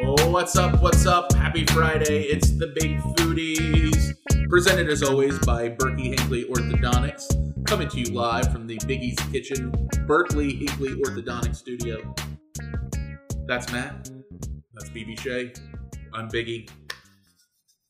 What's up? What's up? Happy Friday. It's the Big Foodies. Presented as always by Berkey Hinkley Orthodontics. Coming to you live from the Biggie's Kitchen, Berkeley Hinkley Orthodontic Studio. That's Matt. That's BB Shea. I'm Biggie.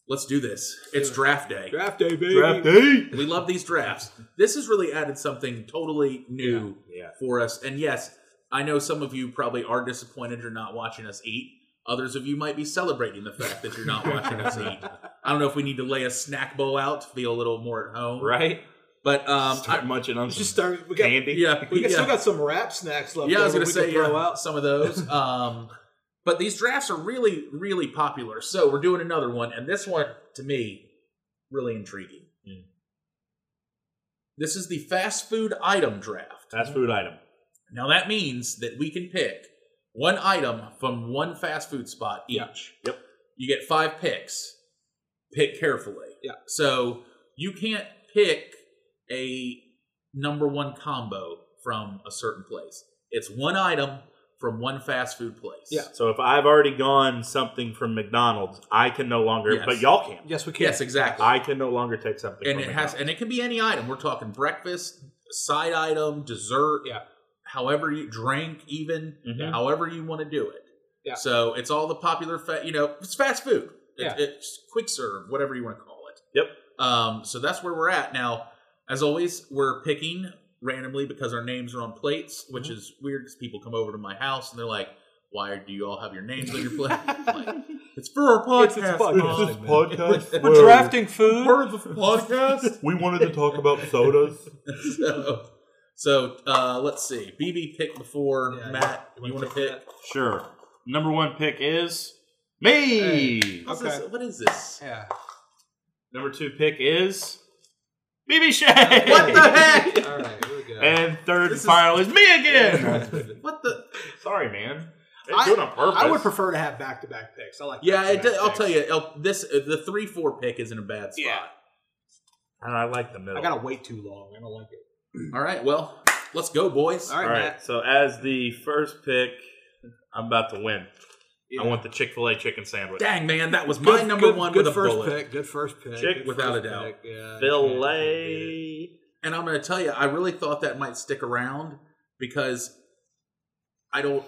Let's do this. It's draft day. Draft day, baby. Draft day. We love these drafts. This has really added something totally new Yeah. for us. And yes, I know some of you probably are disappointed you're not watching us eat. Others of you might be celebrating the fact that you're not watching us eat. I don't know if we need to lay a snack bowl out to feel a little more at home. Right? But um, Start I, munching on Let's some just start. We got. candy. yeah, We yeah. got- still got some wrap snacks left. yeah, I was over gonna we say can throw yeah, out. some of those. Um, but these drafts are really, really popular. So we're doing another one, and this one to me really intriguing. Hmm. This is the fast food item draft. Fast food item. Now that means that we can pick one item from one fast food spot each. Yeah. Yep. You get five picks. Pick carefully. Yeah. So you can't pick a number one combo from a certain place. It's one item from one fast food place. Yeah. So if I've already gone something from McDonald's, I can no longer, Yes. but y'all can. Yes, we can. Yes, exactly. I can no longer take something and from it has McDonald's. and it can be any item. We're talking breakfast, side item, dessert, Yeah. however you drink even. Mhm. however you want to do it. Yeah. So it's all the popular, fa- you know, it's fast food. It- Yeah. It's quick serve, whatever you want to call it. Yep. Um, so that's where we're at now. As always, we're picking randomly because our names are on plates, which Mm-hmm. is weird because people come over to my house and they're like, "Why do you all have your names on your plate?" I'm like, it's for our It's- podcast. it's Mom. podcast. podcast. We're drafting food. Part of the podcast. We wanted to talk about sodas. so, so uh, let's see. BB pick before Yeah, Matt. you You wanna want to pick pick? Sure. Number one pick is me. What's Okay. this- What is this? Yeah. Number two pick is BB Shay. What the heck? All right. Here we go. And This third and is- final is me again. What the? Sorry, man. They I- do it on purpose. I would prefer to have back-to-back picks. I like. Yeah, it back-to-back does, I'll picks. tell you. uh, This uh, the three four pick isn't a bad spot. Yeah. And I like the middle. I gotta wait too long. I don't like it. All right. Well, let's go, boys. All All right, right. Matt. So as the first pick, I'm about to win. Yeah. I want the Chick Fil A chicken sandwich. Dang man, that was my Good- number good- one good with a first bullet. Pick, good first pick. Chick good without first a doubt. pick, yeah, you Filet. And I'm going to tell you, I really thought that might stick around because I don't.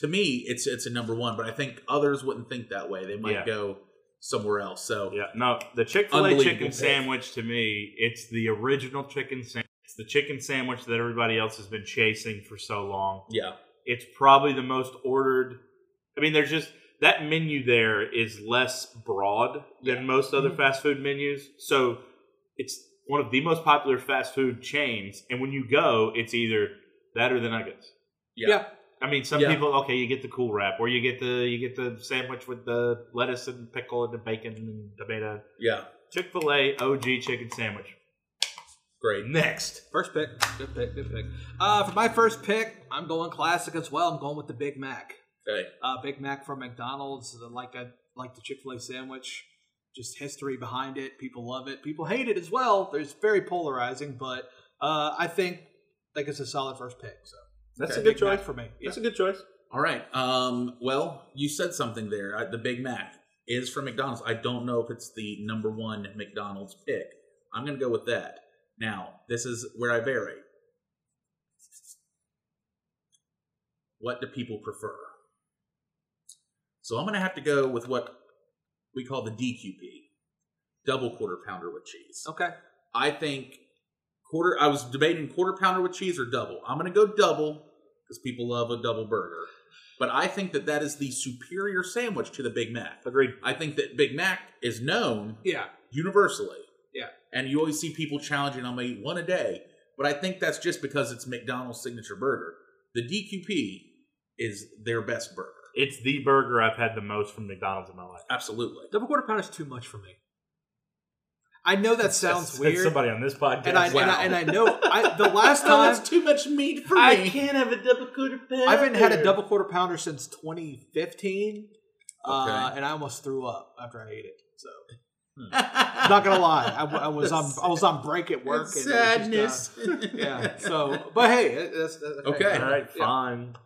To me, it's it's a number one, but I think others wouldn't think that way. They might Yeah. go somewhere else. So Yeah. No, the Chick Fil A Unbelievable chicken pick. sandwich to me, it's the original chicken sandwich. It's the chicken sandwich that everybody else has been chasing for so long. yeah, It's probably the most ordered. I mean, there's just that menu there is less broad than most other fast food menus. So it's one of the most popular fast food chains. And when you go, it's either that or the nuggets. yeah, Yeah. I mean, some Yeah. people okay, you get the cool wrap, or you get the you get the sandwich with the lettuce and pickle and the bacon and tomato. yeah. Chick Fil A OG chicken sandwich. Great. Next, First pick. Good pick. Good pick. Uh, for my first pick, I'm going classic as well. I'm going with the Big Mac. Okay. Uh, Big Mac from McDonald's. uh, Like I like the Chick Fil A sandwich. Just history behind it. People love it. People hate it as well. There's very polarizing, but uh, I think like it's a solid first pick. So that's Okay. a good Big Mac choice. for me. Yeah. That's a good choice. All right. Um, well, you said something there. Uh, the Big Mac is from McDonald's. I don't know if it's the number one McDonald's pick. I'm going to go with that. Now, this is where I vary. What do people prefer? So I'm going to have to go with what we call the DQP, double quarter pounder with cheese. Okay. I think quarter. I was debating quarter pounder with cheese or double. I'm going to go double because people love a double burger. But I think that that is the superior sandwich to the Big Mac. Agreed. I think that Big Mac is known Yeah. universally. Yeah. And you always see people challenging, I'm going to eat one a day. But I think that's just because it's McDonald's signature burger. The DQP is their best burger. It's the burger I've had the most from McDonald's in my life. Absolutely. Double quarter pound is too much for me. I know that sounds Said weird. Somebody on this podcast. and I, and I and I know I, the last No, time that's too much meat for I me. can't have a double quarter pounder. I haven't had a double quarter pounder since 2015, uh, Okay. Hmm. and I almost threw up after I ate it. So I'm not gonna lie, I, w- I was on I was on break at work. and it was just, uh, Sadness. yeah. So, but hey, it- that's, that's Okay. All right, Yeah. fine.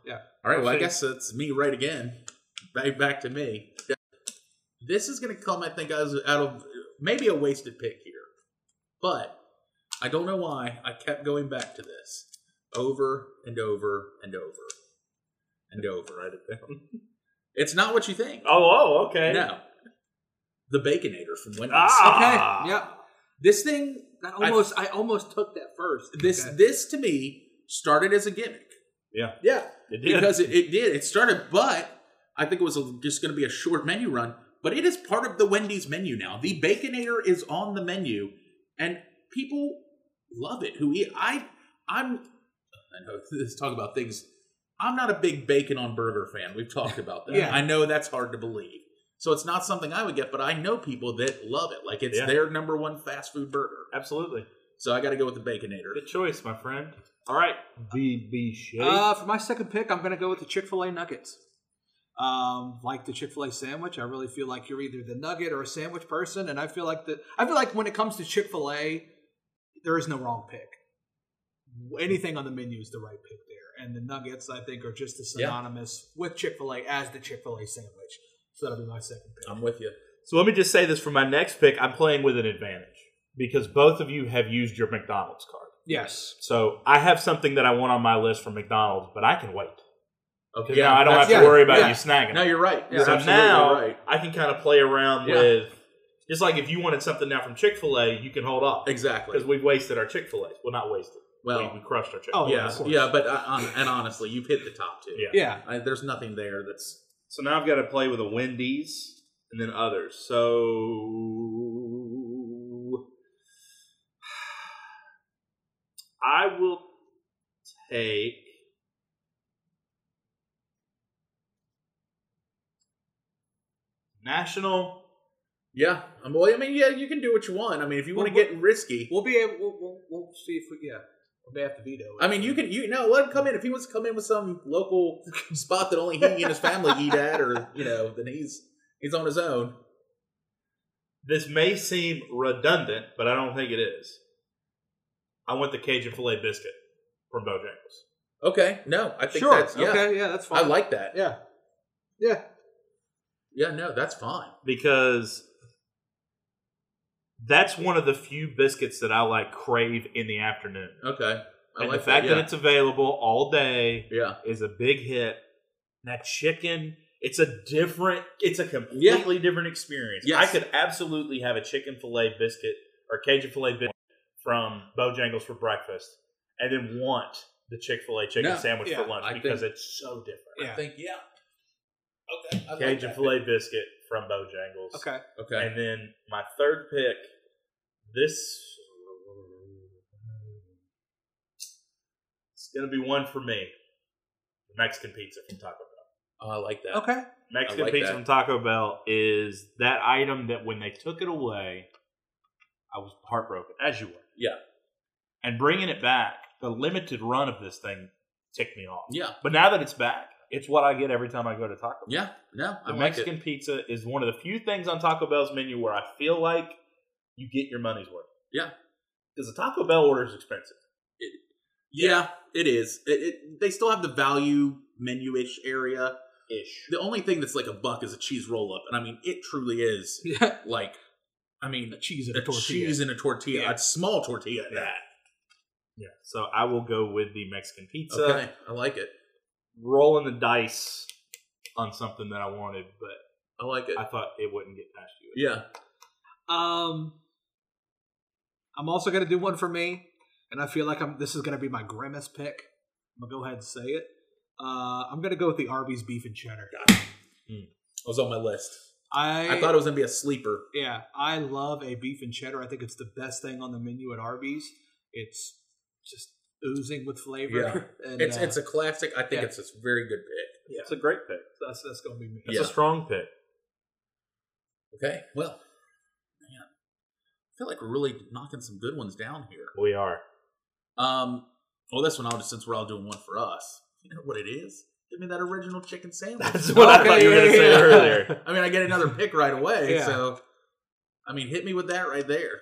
All right. Well, I Okay. guess it's me right again. right back to me. This is going to come, I think, as out of maybe a wasted pick here, but I don't know why I kept going back to this over and over and over and over. Write it down. It's not what you think. Oh, oh, okay. No, the Baconator from Wendy's. Ah. Okay. Yep. This thing, That almost I, almost took that first. this, Okay. this to me started as a gimmick. Yeah. Yeah. It did. because it, it did. It started, but I think it was a, just going to be a short menu run. But it is part of the Wendy's menu now. The Baconator is on the menu, and people love it. Who eat? I I'm. I know let's talk about things. I'm not a big bacon on burger fan. We've talked about that. Yeah. I know that's hard to believe. So it's not something I would get, but I know people that love it. Like it's Yeah. their number one fast food burger. absolutely. So I got to go with the Baconator. Good choice, my friend. All right. BB Shake. Uh, for my second pick, I'm going to go with the Chick fil A Nuggets. Um, like the Chick fil A sandwich, I really feel like you're either the nugget or a sandwich person. And I feel like the, I feel like when it comes to Chick fil A, there is no wrong pick. Anything on the menu is the right pick there. And the nuggets, I think, are just as Yeah. synonymous with Chick fil A as the Chick fil A sandwich. So that'll be my second pick. I'm with you. so let me just say this for my next pick. I'm playing with an advantage because both of you have used your McDonald's card. yes. So I have something that I want on my list for McDonald's, but I can wait. Okay. You know, I don't have that's- yeah, to worry about yeah. you snagging. No, it. you're right. You're so absolutely now right. I can kind of play around Yeah. with. Just like if you wanted something now from Chick Fil A, you can hold off Exactly. because we've wasted our Chick Fil A. Well, not wasted. we, Well, we crushed our Chick. Oh, yeah, of course. yeah, but uh, on, and honestly, you've hit the top two. Yeah. Yeah. I, there's nothing there that's So now I've got to play with a Wendy's and then others. So I will take. National. yeah. Um, well, I mean, yeah, you can do what you want. I mean, if you want to Well, get risky, We'll be able, we'll, we'll, we'll see if we, yeah. We may have to veto it. I mean, you can you know let him come in if he wants to come in with some local spot that only he and his family eat at, or you know, then he's he's on his own. This may seem redundant, but I don't think it is. I want the Cajun filet biscuit from Bojangles. Okay, no, I think Sure. that's yeah. Okay. Yeah. That's I fine. like that. Yeah. Yeah. Yeah, no, that's fine. because that's one of the few biscuits that I like crave in the afternoon. Okay, Oh, I and like the fact that. that it's available all day yeah. yeah. is a big hit. And that chicken, it's a different, it's a completely different experience. Yes. I could absolutely have a chicken filet biscuit or Cajun filet biscuit from Bojangles for breakfast, and then want the Chick fil A chicken No, sandwich yeah, for lunch I because it's so different. I think yeah. Okay, I like Cajun that. filet biscuit from Bojangles. Okay. Okay, And then my third pick, this it's gonna be one for me. Mexican pizza from Taco Bell. oh, I like that. Okay. Mexican like pizza that. from Taco Bell is that item that when they took it away, I was heartbroken, as you were. Yeah. And bringing it back, the limited run of this thing ticked me off. Yeah, But now that it's back, it's what I get every time I go to Taco Bell. yeah, no, I The like it. Mexican pizza is one of the few things on Taco Bell's menu where I feel like you get your money's worth. Yeah. Because a Taco Bell order is expensive. Yeah, it is. It, it, they still have the value menu ish area. Ish. The only thing that's like a buck is a cheese roll up, and I mean it truly is Yeah. like, I mean Cheese and a cheese in a tortilla, Yeah. a small tortilla. at Yeah. that. Yeah. So I will go with the Mexican pizza. Okay, I like it. Rolling the dice on something that I wanted, but I like it. I thought it wouldn't get past you. yeah. Um, I'm also gonna do one for me, and I feel like I'm. This is gonna be my grimace pick. I'm gonna go ahead and say it. Uh, I'm gonna go with the Arby's beef and cheddar. It was on my list. I, I thought it was gonna be a sleeper. yeah, I love a beef and cheddar. I think it's the best thing on the menu at Arby's. It's just oozing with flavor. and, It's uh, it's a classic. I think yeah. it's a very good pick. It's a great pick. that's that's gonna be me. It's Yeah. a strong pick. Okay, well, man, I feel like we're really knocking some good ones down here. We are. Um, well, this one I'll just since we're all doing one for us. You know what it is? Give me that original chicken sandwich. That's what I Okay, thought you were yeah, going to say yeah. earlier. I mean, I get another pick right away. Yeah. So, I mean, hit me with that right there.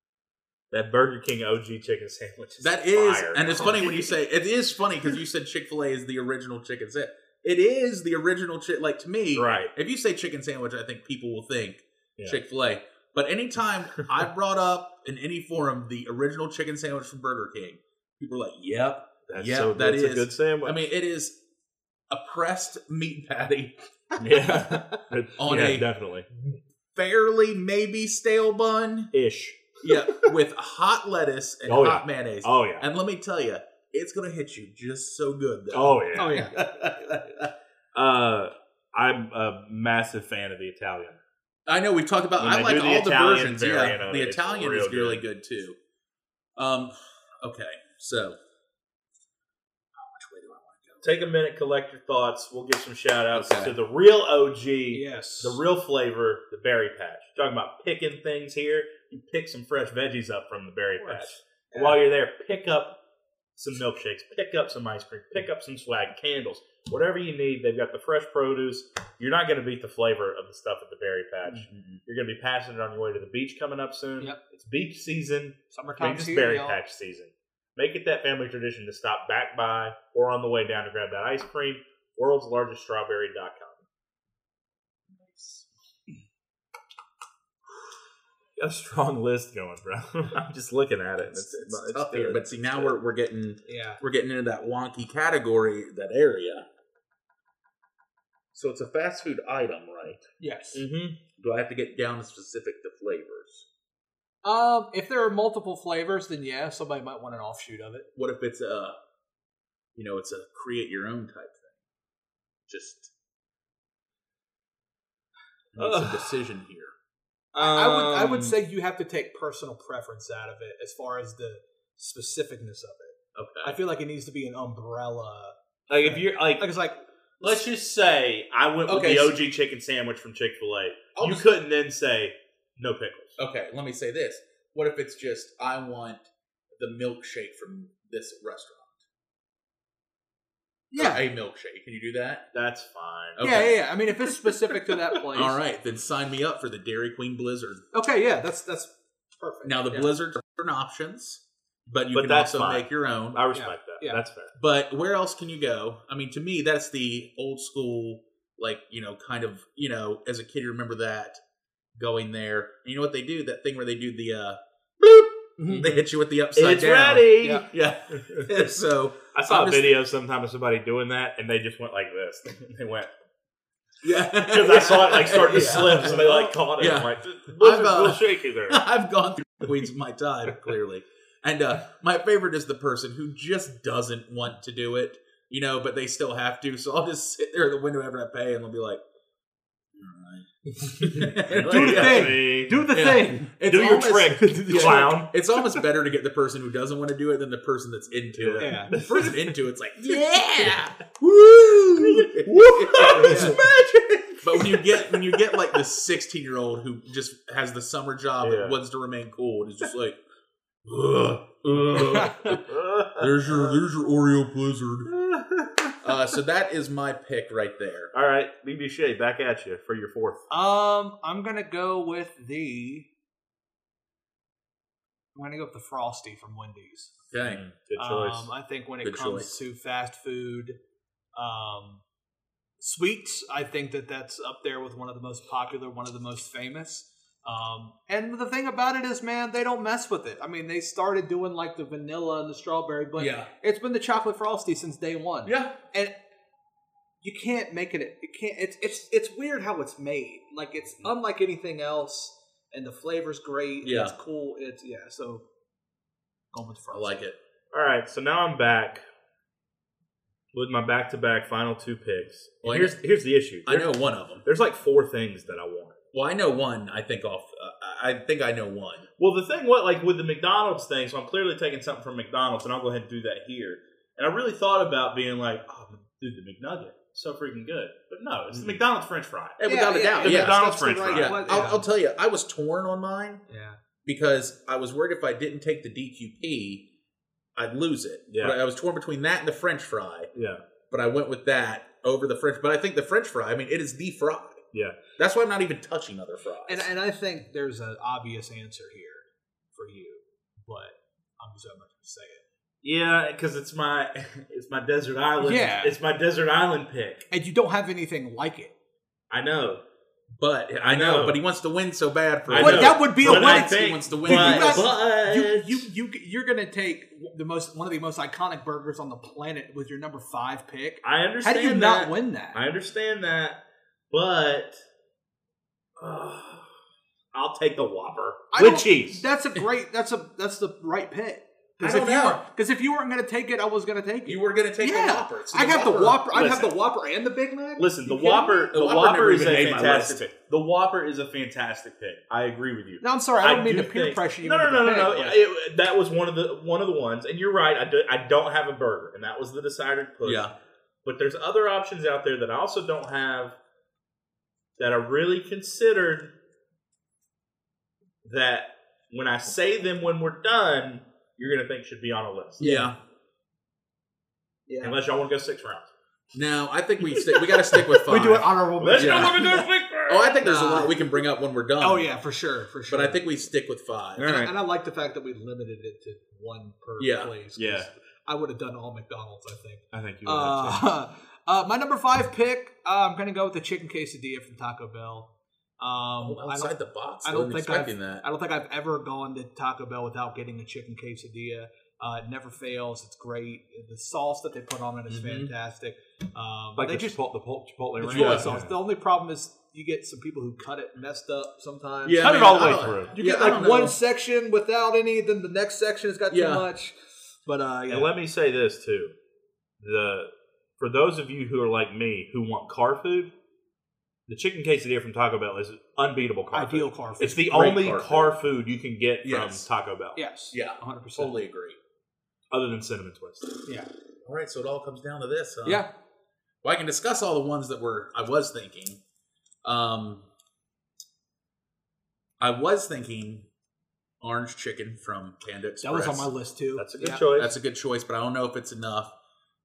That Burger King OG chicken sandwich. Is That is, fire. and it's funny when you say it is funny because you said Chick Fil A is the original chicken sandwich. It is the original chick. Like to me, Right. if you say chicken sandwich, I think people will think Yeah. Chick Fil A. But anytime I brought up in any forum the original chicken sandwich from Burger King, people are like, "Yep, That's Yeah, so that good. It's a is- good sandwich. I mean, it is a pressed meat patty, yeah. On yeah, a- definitely. fairly maybe stale bun. Ish. Yeah, with hot lettuce and Oh, hot mayonnaise. Oh yeah. And let me tell you, it's gonna hit you just so good. Though. Oh yeah. Oh yeah. Uh, I'm a massive fan of the Italian. I know we talked about. When I they like do the all the Italian versions. variant Yeah, of the it, it's Italian is real really good too. Um, okay, so Oh, Take a minute, collect your thoughts. We'll give some shout outs Okay. to the real OG, Yes. the real flavor, the berry patch. Talking about picking things here, you pick some fresh veggies up from the berry Of course. patch. Yeah. While you're there, pick up some milkshakes, pick up some ice cream, pick up some swag, candles, whatever you need. They've got the fresh produce. You're not going to beat the flavor of the stuff at the berry patch. You're going to be passing it on your way to the beach coming up soon. Yep. It's beach season. Make Summertime's this here, berry y'all. patch season. Make it that family tradition to stop back by or on the way down to grab that ice cream. World's largest strawberry.com. Got a strong list going, bro. I'm just looking at it. and it's, It's, it's it's tough here, good. but see now we're we're getting Yeah. we're getting into that wonky category, that area. So it's a fast food item, right? Yes. Mm. Mhm. Do I have to get down specific to flavors? Um, if there are multiple flavors, then yeah, somebody might want an offshoot of it. What if it's a, you know, it's a create your own type thing? Just I mean, it's Ugh. a decision here. I would I Um, would say you have to take personal preference out of it as far as the specificness of it. I Okay. feel like it needs to be an umbrella. like if you're like, Like it's like let's just say I went Okay, so- with the OG chicken sandwich from Chick Fil A. I'll You just- couldn't then say no pickles. Okay, let me say this. What if it's just I want the milkshake from this restaurant? yeah, a milkshake. Can you do that? That's fine. Okay. yeah, yeah, yeah. I mean, if it's specific to that place, All right, then sign me up for the Dairy Queen Blizzard. Okay, yeah, that's that's perfect. Now the yeah. blizzards are different options, but you But can that's also fine. make your own. I respect that. yeah. That's fair. But where else can you go? I mean, to me, that's the old school, like you know, kind of you know, as a kid, you remember that going there. And you know what they do? That thing where they do the uh, bloop, Mhm. they hit you with the upside it's down. ready. Yeah. Yeah. so I I'm saw a just- video sometime of somebody doing that, and they just went like this. they went yeah, because I saw it like starting to Yeah. slip, so they like caught it. Yeah. I'm like, "Blizzard's I've, uh, a little shaky there. I've gone through queens of my time, clearly. And uh, my favorite is the person who just doesn't want to do it, you know, but they still have to. So I'll just sit there at the window after I pay, and they'll be like, "All right." Do the Yeah. thing. thing. Do the Yeah. thing. It's Do your almost- trick, clown. It's almost better to get the person who doesn't want to do it than the person that's into it. Yeah. The person into it's like, yeah, woo, It's magic. But when you get when you get like the sixteen year old who just has the summer job Yeah. and wants to remain cool and is just like, ugh, ugh, there's your there's your Oreo blizzard. Uh, so that is my pick right there. All right, BB Shea, back at you for your fourth. Um, I'm gonna go with the. I'm gonna go with the frosty from Wendy's. Okay, Good choice. Um, I think when it Good comes choice. to fast food, um, sweets, I think that that's up there with one of the most popular, one of the most famous. Um, and the thing about it is, man, they don't mess with it. I mean, they started doing like the vanilla and the strawberry, but yeah, it's been the chocolate frosty since day one. yeah, and you can't make it. It can't. It's it's it's weird how it's made. Like it's unlike anything else, and the flavor's great. and Hmm. Yeah. it's cool. It's yeah. So going with I frosty. like it. All right, so now I'm back with my back-to-back final two picks. And Well, here's here's the issue. I know one of them. There's like four things that I want. Well, I know one. I think off. Uh, I I think I know one. Well, the thing was, like with the McDonald's thing, so I'm clearly taking something from McDonald's, and I'll go ahead and do that here. And I really thought about being like, oh, dude, the McNugget, so freaking good. But no, it's Mhm. the Mm. McDonald's French fry. Hey, without a doubt, The yeah. That's McDonald's the french fry. Yeah, one. I'll, I'll tell you, I was torn on mine Yeah. because I was worried if I didn't take the DQP, I'd lose it. Yeah. But I was torn between that and the French fry, Yeah, but I went with that over the French. But I think the French fry, I mean, it is the fry. Yeah. That's why I'm not even touching other fries. And and I think there's an obvious answer here for you, but I'm just not going to say it. Yeah, because it's my it's my desert island. Yeah. it's my desert island pick. and you don't have anything like it. I know. But I know, know. but he wants to win so bad for I What- know. that would be a But I win. He think- wants to But, win. You guys- but- You, you you you're gonna take the most one of the most iconic burgers on the planet with your number five pick. I How understand. do you that. not win that? I understand that, but uh, I'll take the Whopper I with don't- cheese. That's a great. That's a that's the right pick. I Because don't if you know. were because if you weren't gonna take it, I was gonna take it. You were gonna take Yeah. the Whopper. It's I have the Whopper. I have Listen. the Whopper and the Big Mac. Listen, the You kidding me? Whopper, the, The Whopper Whopper, never is even a made my fantastic list. pick. The Whopper is a fantastic pick. I agree with you. No, I'm sorry. I don't mean do to peer think- pressure you. No, no, into no, no, the no. pick, but- It- that was one of the one of the ones, and you're right. I, do, I don't have a burger, and that was the decided push. Yeah. But there's other options out there that I also don't have that I really considered that when I say them when we're done, you're going to think should be on a list. Yeah. yeah. Unless y'all want to go six rounds. No, I think we stick, we got to stick with five. We do it honorable. Let's Yeah. not mention. look at those six rounds. Oh, I think there's a Nah. lot we can bring up when we're done. Oh yeah, for sure, for sure. But I think we stick with five. All right. and I like the fact that we limited it to one per Yeah. place. 'cause Yeah. I would have done all McDonald's. I think. I think you would have to. Uh, uh, my number five pick. Uh, I'm gonna go with the chicken quesadilla from Taco Bell. Um, Oh, I don't- outside the box. I I don't don't think expecting that. I don't think I've ever gone to Taco Bell without getting a chicken quesadilla. Uh, it never fails. It's great. The sauce that they put on it is Mhm. fantastic. Um, Like they the, just Chipotle, the Pol- Chipotle the ranch. Chipotle sauce. The only problem is you get some people who cut it messed up sometimes. Yeah, Cut man, it all the I way don't- through. you yeah, get I like don't one know. section without any, then the next section has got too Yeah. much. But uh, yeah, And let me say this too: the for those of you who are like me who want car food, the chicken quesadilla from Taco Bell is unbeatable car food. ideal car food. It's the Great only car car, food. food you can get Yes. from Taco Bell, yes, Yeah, 100. percent totally agree. other than cinnamon twist. All right, so it all comes down to this. Huh? Yeah, Well, I can discuss all the ones that were I was thinking. Um, I was thinking orange chicken from Panda that Express. was on my list too. That's a good Yeah. choice. That's a good choice, but I don't know if it's enough.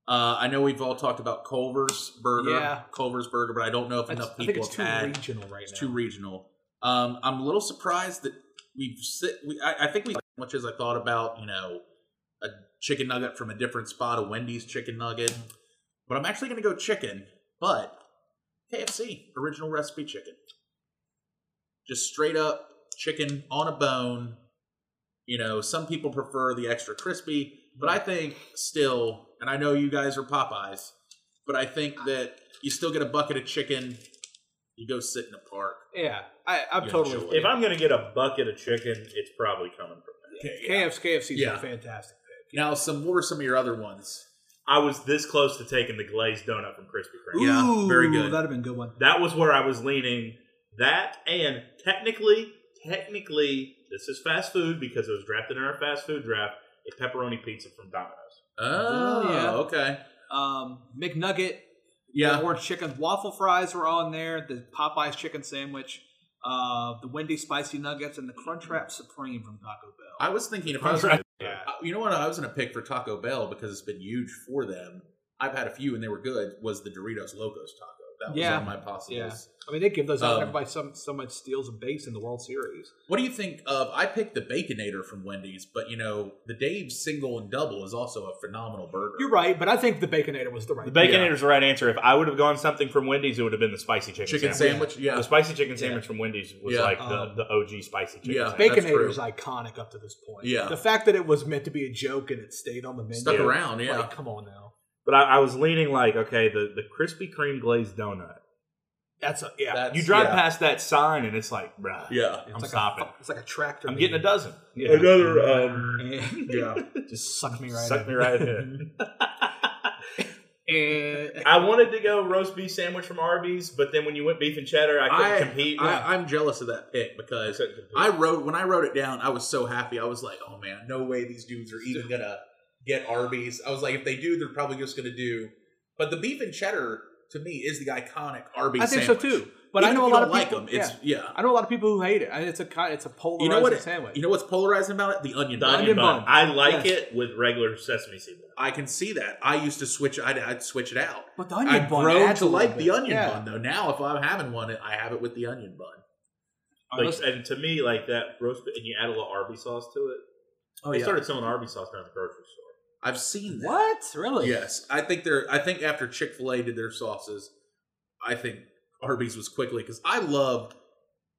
Uh, I know we've all talked about Culver's Burger, Yeah. Culver's Burger, but I don't know if That's- enough I think people it's have too had. regional right It's now. too regional. Um, I'm a little surprised that we've sit. We, I, I think we as much as I thought about you know a chicken nugget from a different spot, a Wendy's chicken nugget, but I'm actually going to go chicken, but KFC original recipe chicken, just straight up chicken on a bone. You know, some people prefer the extra crispy, but I think still, and I know you guys are Popeyes, but I think that you still get a bucket of chicken. You go sit in a park. yeah, I, I'm Yeah, totally. sure. if I'm gonna get a bucket of chicken, it's probably coming from that. KFC, KFC's Yeah. a fantastic. Now, some what were some of your other ones? I was this close to taking the glazed donut from Krispy Kreme. Yeah, very good. That'd have been a good one. That was where I was leaning. That and technically, technically, this is fast food because it was drafted in our fast food draft. A pepperoni pizza from Domino's. Oh, yeah. okay. Um, McNugget, the Yeah, orange chicken waffle fries were on there. The Popeyes chicken sandwich, uh, the Wendy's spicy nuggets, and the Crunchwrap Supreme from Taco Bell. I was thinking if I was, Right. Yeah. Uh, you know what, I was gonna pick for Taco Bell because it's been huge for them. I've had a few and they were good. Was the Doritos Locos Taco? That was Yeah. on my possibles. Yeah. I mean, they give those out. Um, Everybody, some so much steals and bakes in the World Series. What do you think of? I picked the Baconator from Wendy's, but you know the Dave's single and double is also a phenomenal burger. You're right, but I think the Baconator was the right. The pick. Baconator's the right answer. If I would have gone something from Wendy's, it would have been the spicy chicken, Chicken sandwich. sandwich, yeah. The spicy chicken sandwich from Wendy's was Yeah, Uh-huh. like um, the, the OG spicy chicken yeah. sandwich. Bacon- that's Baconator is true. iconic up to this point. Yeah. The fact that it was meant to be a joke and it stayed on the menu. Stuck around, yeah. Like, come on now. But I, I was leaning like, okay, the, the Krispy Kreme glazed donut. That's a yeah. That's- You drive yeah. past that sign and it's like, bruh, Yeah. I'm it's like stopping. A, it's like a tractor. I'm getting a beam. dozen. Another, um, Yeah. Just suck me right. Suck in. me right in. Eh, I wanted to go roast beef sandwich from Arby's, but then when you went beef and cheddar, I couldn't compete. I, I'm jealous of that pick I because couldn't compete. I wrote when I wrote it down. I was so happy. I was like, "Oh man, no way these dudes are even gonna get Arby's." I was like, "If they do, they're probably just gonna do." But the beef and cheddar to me is the iconic Arby's. I think so sandwich. too. But I Even know if a you lot don't of like people. them. yeah. It's yeah. I know a lot of people who hate it. I mean, it's a kind. It's a polarizing You know what? sandwich. You know what's polarizing about it? The onion. the bun. onion bun. bun. I like Yes. it with regular sesame seed. bun. I can see that. I used to switch. I'd, I'd switch it out. but the onion I've bun. grown adds to a little like bit. the onion Yeah. bun though. Now, if I'm having one, I have it with the onion bun. Uh, All right, Like, let's- and to me, like that roast, and you add a little Arby's sauce to it. Oh they started selling Arby's sauce down at the grocery store. I've seen that. What? Really? Yes, I think they're. I think after Chick Fil A did their sauces, I think Arby's was quickly because I love.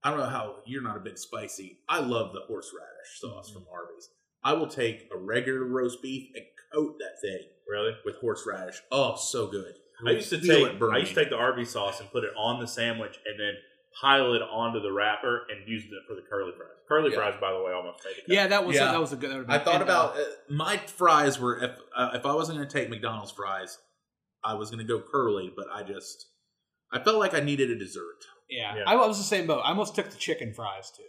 I don't know how you're not a big spicy. I love the horseradish sauce from Arby's. I will take a regular roast beef and coat that thing Really? with horseradish. Oh, so good. I used to Feel take it burning. I used to take the Arby's sauce and put it on the sandwich and then pile it onto the wrapper and use it for the curly fries. Curly Yeah. fries, by the way, almost made it. Yeah, that was Yeah. that was a good. That would've I been- thought and, uh, about uh, my fries were if uh, if I wasn't going to take McDonald's fries, I was going to go curly, but I just I felt like I needed a dessert. yeah. Yeah. I was the same boat. I almost took the chicken fries too.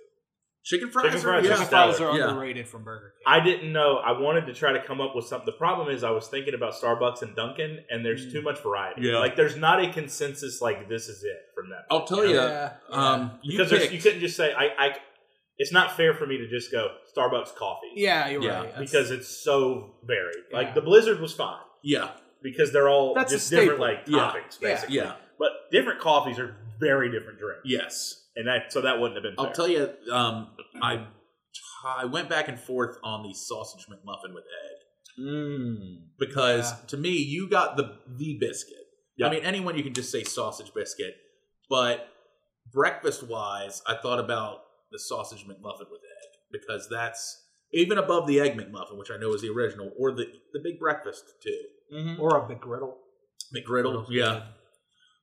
Chicken fries, Chicken are, fries are yeah. Chicken fries stellar. are Yeah. underrated from Burger King. I didn't know. I wanted to try to come up with something. The problem is, I was thinking about Starbucks and Dunkin', and there's Mm. too much variety. Yeah. Like, there's not a consensus. Like, this is it from that. Oh, I'll tell you, um, you because there's- picked- you couldn't just say, I, I. It's not fair for me to just go Starbucks coffee. yeah, you're yeah, right. That's- because it's so varied. Yeah. Like the Blizzard was fine yeah, because they're all That's a just different staple. like Yeah. toppings, Yeah. basically. yeah, But different coffees are very different drinks, yes. and that so that wouldn't have been. I'll fair. tell you, um, I I went back and forth on the sausage McMuffin with egg mm-hmm. because Yeah. to me, you got the the biscuit. Yeah. I mean, anyone you can just say sausage biscuit, but breakfast wise, I thought about the sausage McMuffin with egg because that's even above the egg McMuffin, which I know is the original, or the the big breakfast too. Mhm. or a McGriddle. McGriddle, yeah.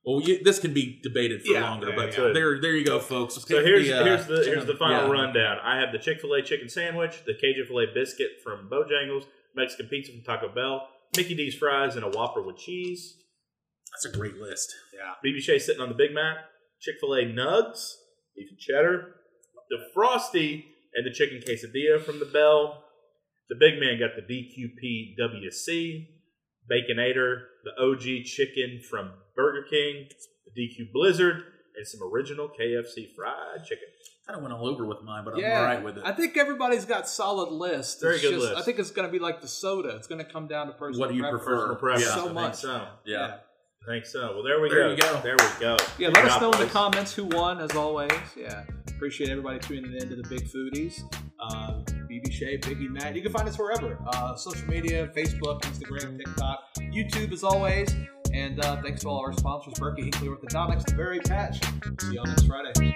Well, you, this can be debated for Yeah, longer, yeah, but yeah. there, there you go, folks. So here's the, uh, here's the here's the final yeah. rundown. I have the Chick Fil A chicken sandwich, the Cajun filet biscuit from Bojangles, Mexican pizza from Taco Bell, Mickey D's fries, and a Whopper with cheese. that's a great list. BB Shea sitting on the Big Mac, Chick Fil A nugs, beef and cheddar, the frosty, and the chicken quesadilla from the Bell. The big man got the DQP WC, Baconator, the OG chicken from Burger King, the DQ Blizzard, and some original KFC fried chicken. Kind of went all over with mine, but Yeah. I'm all right with it. I think everybody's got solid lists. Very It's good just, list. I think it's going to be like the soda. It's going to come down to personal. What do you preference. prefer? Personal preference. Yeah. So I think much. so. yeah. I think so. Well, there we There go. you go. There we go. Yeah, Good let us job, know in the boys. comments who won, as always. Yeah, appreciate everybody tuning in to the Big Foodies. Uh, BB Shea, Biggie Matt. You can find us wherever uh, social media Facebook, Instagram, TikTok, YouTube, as always. And uh, thanks to all our sponsors, Berkey Hinkley Orthodontics, The Very Patch. See y'all next Friday.